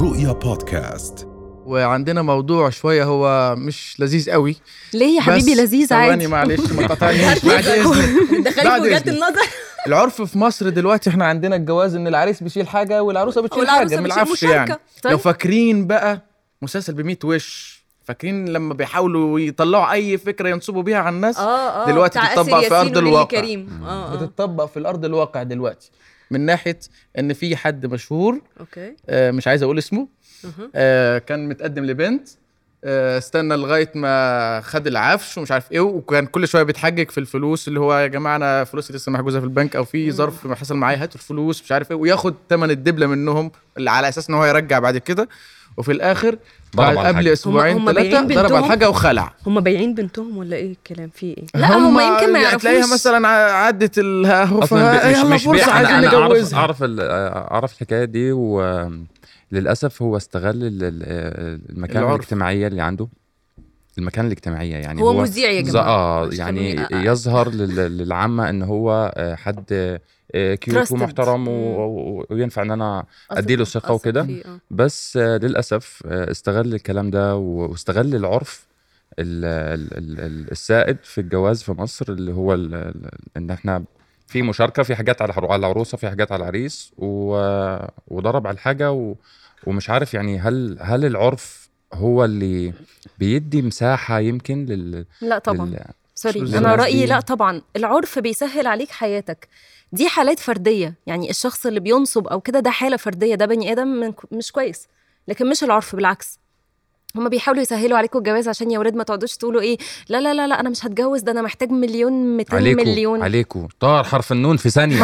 رؤيا بودكاست وعندنا موضوع شويه هو مش لذيذ قوي ليه يا حبيبي بس لذيذ ثواني عادي معلش ما تقاطعنيش بعد اذنك دخلت بعد في وجهات إذنك. النظر العرف في مصر دلوقتي احنا عندنا الجواز ان العريس بيشيل حاجه والعروسه بتشيل والعروسة حاجه من بتشيل العفش مشاركة. يعني طيب. لو فاكرين بقى مسلسل ب 100 وش فاكرين لما بيحاولوا يطلعوا اي فكره ينصبوا بيها على الناس آه. اه اه دلوقتي بتاع تطبق آسر في ياسين أرض ونيلي الواقع. كريم اه اه بتطبق في الارض الواقع دلوقتي من ناحيه ان في حد مشهور اوكي آه، مش عايز اقول اسمه أها. آه، كان متقدم لبنت آه، استنى لغايه ما خد العفش ومش عارف ايه وكان كل شويه بيتحجج في الفلوس اللي هو يا جماعه انا فلوسي لسه محجوزه في البنك او في ظرف ما حصل معايا هاتوا الفلوس مش عارف ايه وياخد ثمن الدبله منهم اللي على اساس ان هو يرجع بعد كده وفي الاخر بعد على الحاجة. قبل اسبوعين هم بايعين ثلاثه ضرب على بنتهم؟ الحاجه وخلع هم بايعين بنتهم ولا ايه الكلام فيه ايه لا هم يمكن ما يعني تلاقيها يعرفوش مثلا ع- عدت الهوفه اصلا مش- يلا مش مش بيع فرصه انا عايزين انا اعرف نجوزها اعرف ال- اعرف الحكايه دي وللاسف هو استغل ال- ال- المكان العرف. الاجتماعيه اللي عنده المكان الاجتماعيه يعني هو مذيع يا ز- جماعه اه مش يعني خلوني- آه. يظهر لل- للعامه ان هو آه، حد آه، كيوت Trusted. ومحترم و- مم. و- وينفع ان انا آه، أثق- أديله ثقة أثق وكده. فيه، آه. بس آه، للاسف آه، استغل الكلام ده و- واستغل العرف ال- ال- ال- ال- السائد في الجواز في مصر اللي هو ال- ال- ان احنا في مشاركه في حاجات على العرو- على العروسه في حاجات على العريس و- وضرب على الحاجه و- ومش عارف يعني هل هل العرف هو اللي بيدي مساحه يمكن لل لا طبعا لل- سوري مش انا للناس رايي دي. لا طبعا العرف بيسهل عليك حياتك دي حالات فرديه يعني الشخص اللي بينصب او كده ده حاله فرديه ده بني ادم من مش كويس لكن مش العرف بالعكس هما بيحاولوا يسهلوا عليكم الجواز عشان يا ولاد ما تقعدوش تقولوا ايه لا لا لا لا انا مش هتجوز ده انا محتاج مليون 200 عليكم مليون عليكم طار حرف النون في ثانيه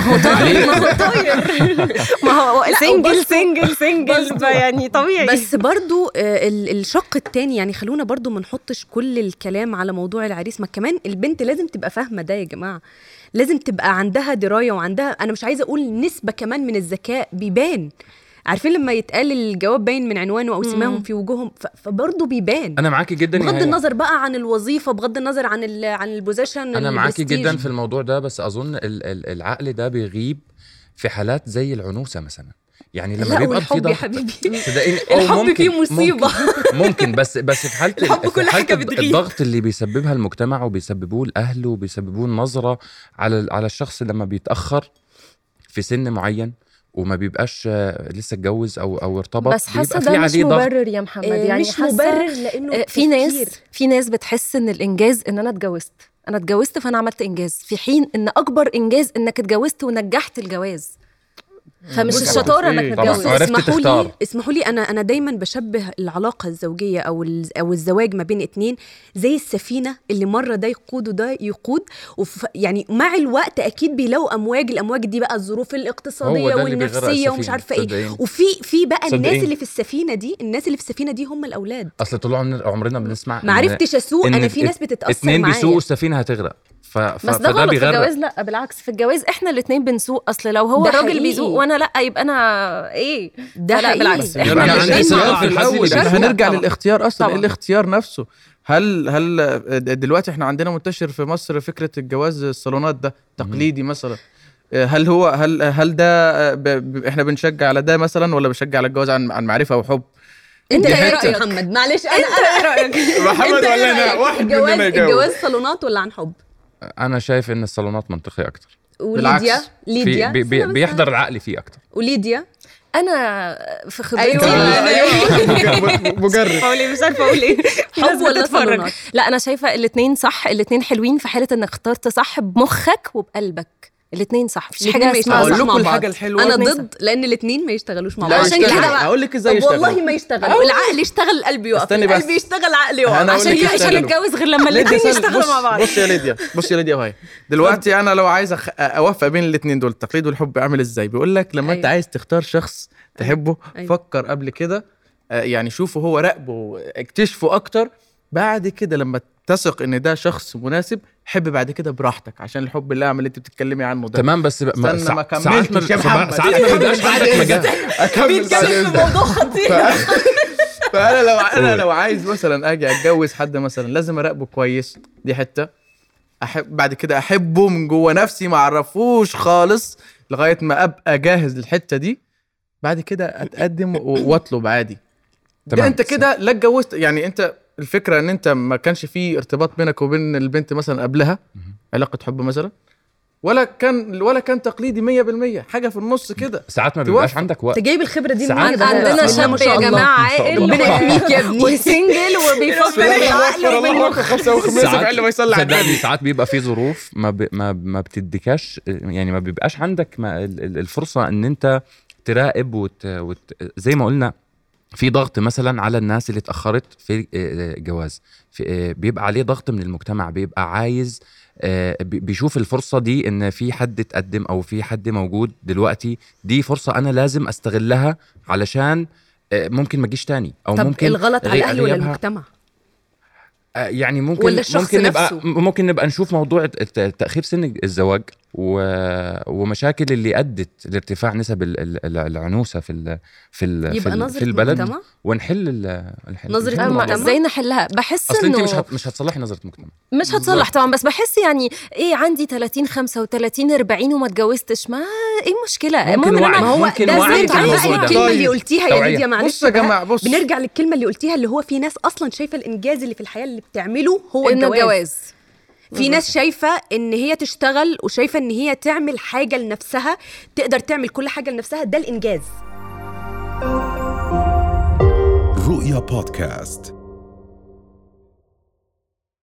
ما هو سنجل وبرضه- سنجل سنجل يعني طبيعي بس برضو آه، ال- الشق التاني يعني خلونا برضو ما نحطش كل الكلام على موضوع العريس ما كمان البنت لازم تبقى فاهمه ده يا جماعه لازم تبقى عندها درايه وعندها انا مش عايزه اقول نسبه كمان من الذكاء بيبان عارفين لما يتقال الجواب باين من عنوانه او سماهم في وجوههم ف- فبرضه بيبان انا معاكي جدا يا بغض هاني. النظر بقى عن الوظيفه بغض النظر عن ال عن البوزيشن انا معاكي البرستيج. جدا في الموضوع ده بس اظن ال- ال- العقل ده بيغيب في حالات زي العنوسه مثلا يعني لما لا بيبقى في والحب يا ضغط حبيبي صدقيني أو الحب ممكن- فيه مصيبة. ممكن, ممكن بس بس في حاله الحب في كل حالة حاجة الض- بتغيب. الضغط اللي بيسببها المجتمع وبيسببوه الاهل وبيسببوه النظره على على الشخص لما بيتاخر في سن معين وما بيبقاش آه، لسه اتجوز او او ارتبط بس حاسه بيبقى في ده مش عليه ضغط مبرر يا محمد آه، يعني مش حاسة- مبرر لانه آه، في تفكير. ناس في ناس بتحس ان الانجاز ان انا اتجوزت انا اتجوزت فانا عملت انجاز في حين ان اكبر انجاز انك اتجوزت ونجحت الجواز فمش بص، الشطاره طبعاً. انك طبعا تتجوز عرفت اسمحوا تختار لي اسمحوا لي انا انا دايما بشبه العلاقه الزوجيه او ال- او الزواج ما بين اتنين زي السفينه اللي مره ده يقود وده يقود وف يعني مع الوقت اكيد بيلاقوا امواج الامواج دي بقى الظروف هو الاقتصاديه ده اللي بيغرق والنفسيه ومش السفينة، عارفه ايه صدقيني. وفي في بقى الناس صدقيني. اللي في السفينه دي الناس اللي في السفينه دي هم الاولاد اصل طول عمرنا عمرنا بنسمع إن- ما عرفتش اسوق إن انا في ات- ناس بتتاثر اتنين معايا بيسوقوا السفينه هتغرق ف... ف... بس ده فده غلط في بيغرق الجواز لا بالعكس في الجواز احنا الاثنين بنسوق اصل لو هو ده الراجل حقيقي. بيسوق وانا لا يبقى انا ايه ده فلا، حقيقي. بالعكس بس احنا نرجع يعني الاتنين عندنا بنسوق. سؤال في الأول. احنا طبعاً. هنرجع للاختيار اصلا طبعاً. إيه الاختيار نفسه هل هل دلوقتي احنا عندنا منتشر في مصر فكره الجواز الصالونات ده تقليدي مثلا هل هو هل هل ده ب- ب- احنا بنشجع على ده مثلا ولا بنشجع على الجواز عن عن معرفه وحب انت دي ايه حتة. رايك محمد معلش انا انت ايه رايك محمد انت إيه ولا أنا؟ رأيك؟ واحد مننا الجواز يجاوب. الجواز صالونات ولا عن حب انا شايف ان الصالونات منطقي اكتر وليديا بالعكس. ليديا في بي بي استنى بس بيحضر العقل فيه اكتر وليديا انا في أيوة. خبرتي مجرد حولي مش عارفه اقول ايه ناس حب ولا بتتفرج. صالونات لا انا شايفه الاثنين صح الاثنين حلوين في حاله انك اخترت صح بمخك وبقلبك الاثنين صح مفيش الاتنين حاجه ما اسمها يشتغلوش اقول صح مع لكم بعض. الحاجه الحلوه انا الاتنين ضد لان الاثنين ما يشتغلوش مع لا بعض عشان يشتغل. كده بقى. هقول لك ازاي طب والله يشتغل ما يشتغل العقل يشتغل قلبي يقف استني بس. القلب يشتغل عقلي يقف أنا أقول عشان لك كده يشتغلوا. مش هنتجوز غير لما ليديا الاثنين سل- يشتغلوا مع بص- بعض بص يا ليديا بص يا ليديا وهي دلوقتي انا لو عايز أخ... اوفق بين الاثنين دول التقليد والحب اعمل ازاي بيقول لك لما أيوه. انت أيوة. عايز تختار شخص تحبه أيوه. أيوة. فكر قبل كده آه، يعني شوفه هو راقبه اكتشفه اكتر بعد كده لما تثق ان ده شخص مناسب حب بعد كده براحتك عشان الحب الاعمى اللي انت بتتكلمي عنه ده تمام بس ب- ما- استنى ما سع- ساعات ما كملتش يا ساعات ما محمد. بيبقاش عندك مجال اكمل بعد بيتكلم في إذنك. موضوع خطير فانا لو انا لو عايز مثلا اجي اتجوز حد مثلا لازم اراقبه كويس دي حته احب بعد كده احبه من جوه نفسي ما اعرفوش خالص لغايه ما ابقى جاهز للحته دي بعد كده اتقدم و- واطلب عادي ده تمام. انت كده لا اتجوزت يعني انت الفكره ان انت ما كانش في ارتباط بينك وبين البنت مثلا قبلها علاقه حب مثلا ولا كان ولا كان تقليدي 100% حاجه في النص كده ساعات ما توافق. بيبقاش عندك وقت انت جايب الخبره دي ساعات منين يا بابا؟ عندنا بسم الله ما شاب شاء يا الله. جماعه ما شاء عاقل الله. ربنا يحميك يا ابني. وسنجل وبيفكر بالعقل وبال- ساعات- صدقني النبي ساعات بيبقى في ظروف ما ب... ما ما بتديكاش يعني ما بيبقاش عندك ما ال- ال- الفرصه ان انت تراقب وت... وت... زي ما قلنا في ضغط مثلا على الناس اللي اتاخرت في آه، جواز في آه، بيبقى عليه ضغط من المجتمع بيبقى عايز آه، بي- بيشوف الفرصه دي ان في حد اتقدم او في حد موجود دلوقتي دي فرصه انا لازم استغلها علشان آه، ممكن ما اجيش تاني او طب ممكن الغلط على غي- الاهل ولا غيابها- المجتمع؟ آه، يعني ممكن ولا الشخص ممكن نبقى نفسه؟ ممكن نبقى نشوف موضوع الت- تاخير سن الزواج و... ومشاكل اللي ادت لارتفاع نسب ال- ال- ال- العنوسه في ال... في ال... في, يبقى ال... في نظره البلد المجتمع ونحل ال... الحل- نظرة نحل أما الموضوع. المجتمع؟ ازاي نحلها بحس اصل انت مش انه هت... مش هتصلحي نظره المجتمع مش هتصلح طبعا بس بحس يعني ايه عندي 30 35 40 وما اتجوزتش ما ايه المشكله ممكن المهم إن وعي- أنا- ممكن ده وعي زي في تعمل الموضوع أي ده. الكلمه اللي طيب. قلتيها يا توعية. ليديا معلش بص يا بقى. جماعه بص بنرجع للكلمه اللي قلتيها اللي هو في ناس اصلا شايفه الانجاز اللي في الحياه اللي بتعمله هو إنه الجواز الجواز في ناس شايفه ان هي تشتغل وشايفه ان هي تعمل حاجه لنفسها تقدر تعمل كل حاجه لنفسها ده الانجاز رؤيا بودكاست